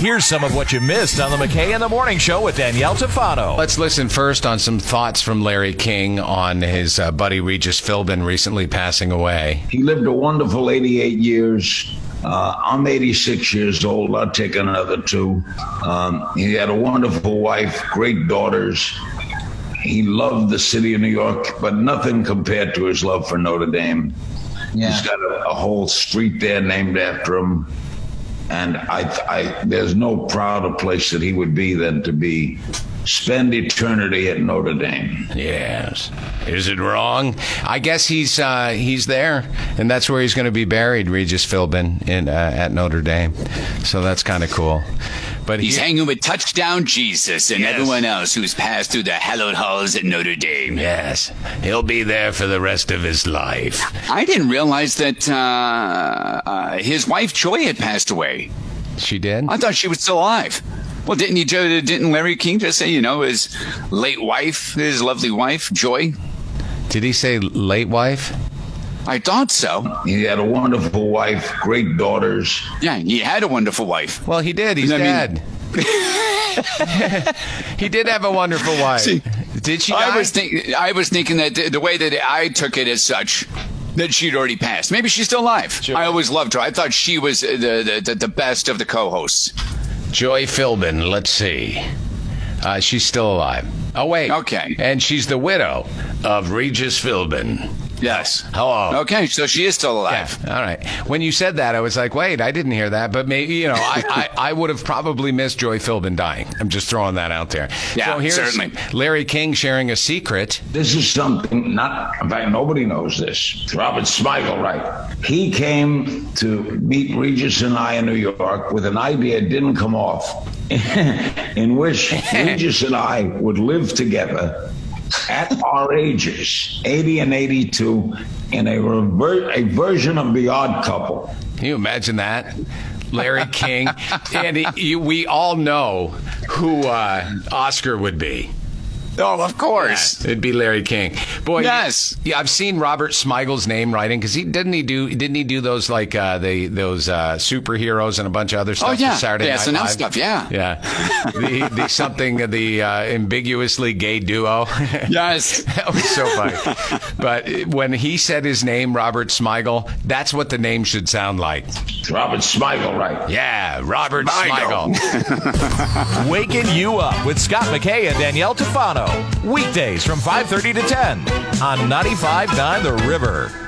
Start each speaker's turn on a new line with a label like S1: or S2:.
S1: Here's some of what you missed on the McKay in the Morning Show with Danielle Tafano.
S2: Let's listen first on some thoughts from Larry King on his uh, buddy Regis Philbin recently passing away.
S3: He lived a wonderful 88 years. Uh, I'm 86 years old. I'll take another two. Um, he had a wonderful wife, great daughters. He loved the city of New York, but nothing compared to his love for Notre Dame. He's got a, a whole street there named after him. And I, I, there's no prouder place that he would be than to be spend eternity at Notre Dame.
S2: Yes. Is it wrong? I guess he's uh, he's there, and that's where he's going to be buried, Regis Philbin, in uh, at Notre Dame. So that's kind of cool. But
S4: He's
S2: he-
S4: hanging with Touchdown Jesus and everyone else who's passed through the hallowed halls at Notre Dame.
S2: Yes, he'll be there for the rest of his life.
S4: I didn't realize that uh, uh, his wife Joy had passed away.
S2: She did.
S4: I thought she was still alive. Well, didn't he? Joe? Didn't Larry King just say, you know, his late wife, his lovely wife Joy?
S2: Did he say late wife?
S4: I thought so.
S3: He had a wonderful wife, great daughters.
S4: Yeah, he had a wonderful wife.
S2: Well, he did. He's
S4: I mean-
S2: dead. he did have a wonderful wife.
S4: See,
S2: did she?
S4: I
S2: die?
S4: was thinking. I was thinking that the, the way that I took it as such. That she'd already passed. Maybe she's still alive. I always loved her. I thought she was uh, the the, the best of the co-hosts.
S2: Joy Philbin, let's see. Uh, she's still alive. Oh, wait.
S4: Okay.
S2: And she's the widow of Regis Philbin.
S4: Yes.
S2: Hello.
S4: Okay, so she is still
S2: Yeah.
S4: alive.
S2: All right. When you said that, I was like, wait, I didn't hear that. But maybe, you know, I, I, I would have probably missed Joy Philbin dying. I'm just throwing that out there.
S4: Yeah,
S2: so here's
S4: certainly.
S2: Larry King sharing a secret.
S3: This is something not, in fact, nobody knows this. It's Robert Smigel, right? He came to meet Regis and I in New York with an idea that didn't come off, in which Regis and I would live together at our ages, 80 and 82, in a, rever- a version of The Odd Couple.
S2: Can you imagine that? Larry King. and you, we all know who uh, Oscar would be.
S4: Oh, of course.
S2: Yeah, it'd be Larry King. Boy,
S4: Yes.
S2: yeah, I've seen Robert Smigel's name writing because he didn't he do didn't he do those like uh, the those uh, superheroes and a bunch of other stuff.
S4: Oh,
S2: for
S4: yeah.
S2: Saturday
S4: The
S2: Night
S4: SNL
S2: Live?
S4: stuff, yeah.
S2: yeah, the, the something the uh, ambiguously gay duo.
S4: Yes.
S2: That was so funny. but when he said his name, Robert Smigel, that's what the name should sound like.
S3: It's Robert Smigel, right?
S2: Yeah, Robert
S4: Smigel.
S2: Smigel.
S1: Waking you up with Scott McKay and Danielle Tafano. Weekdays from 5.30 to 10 on 95.9 The River.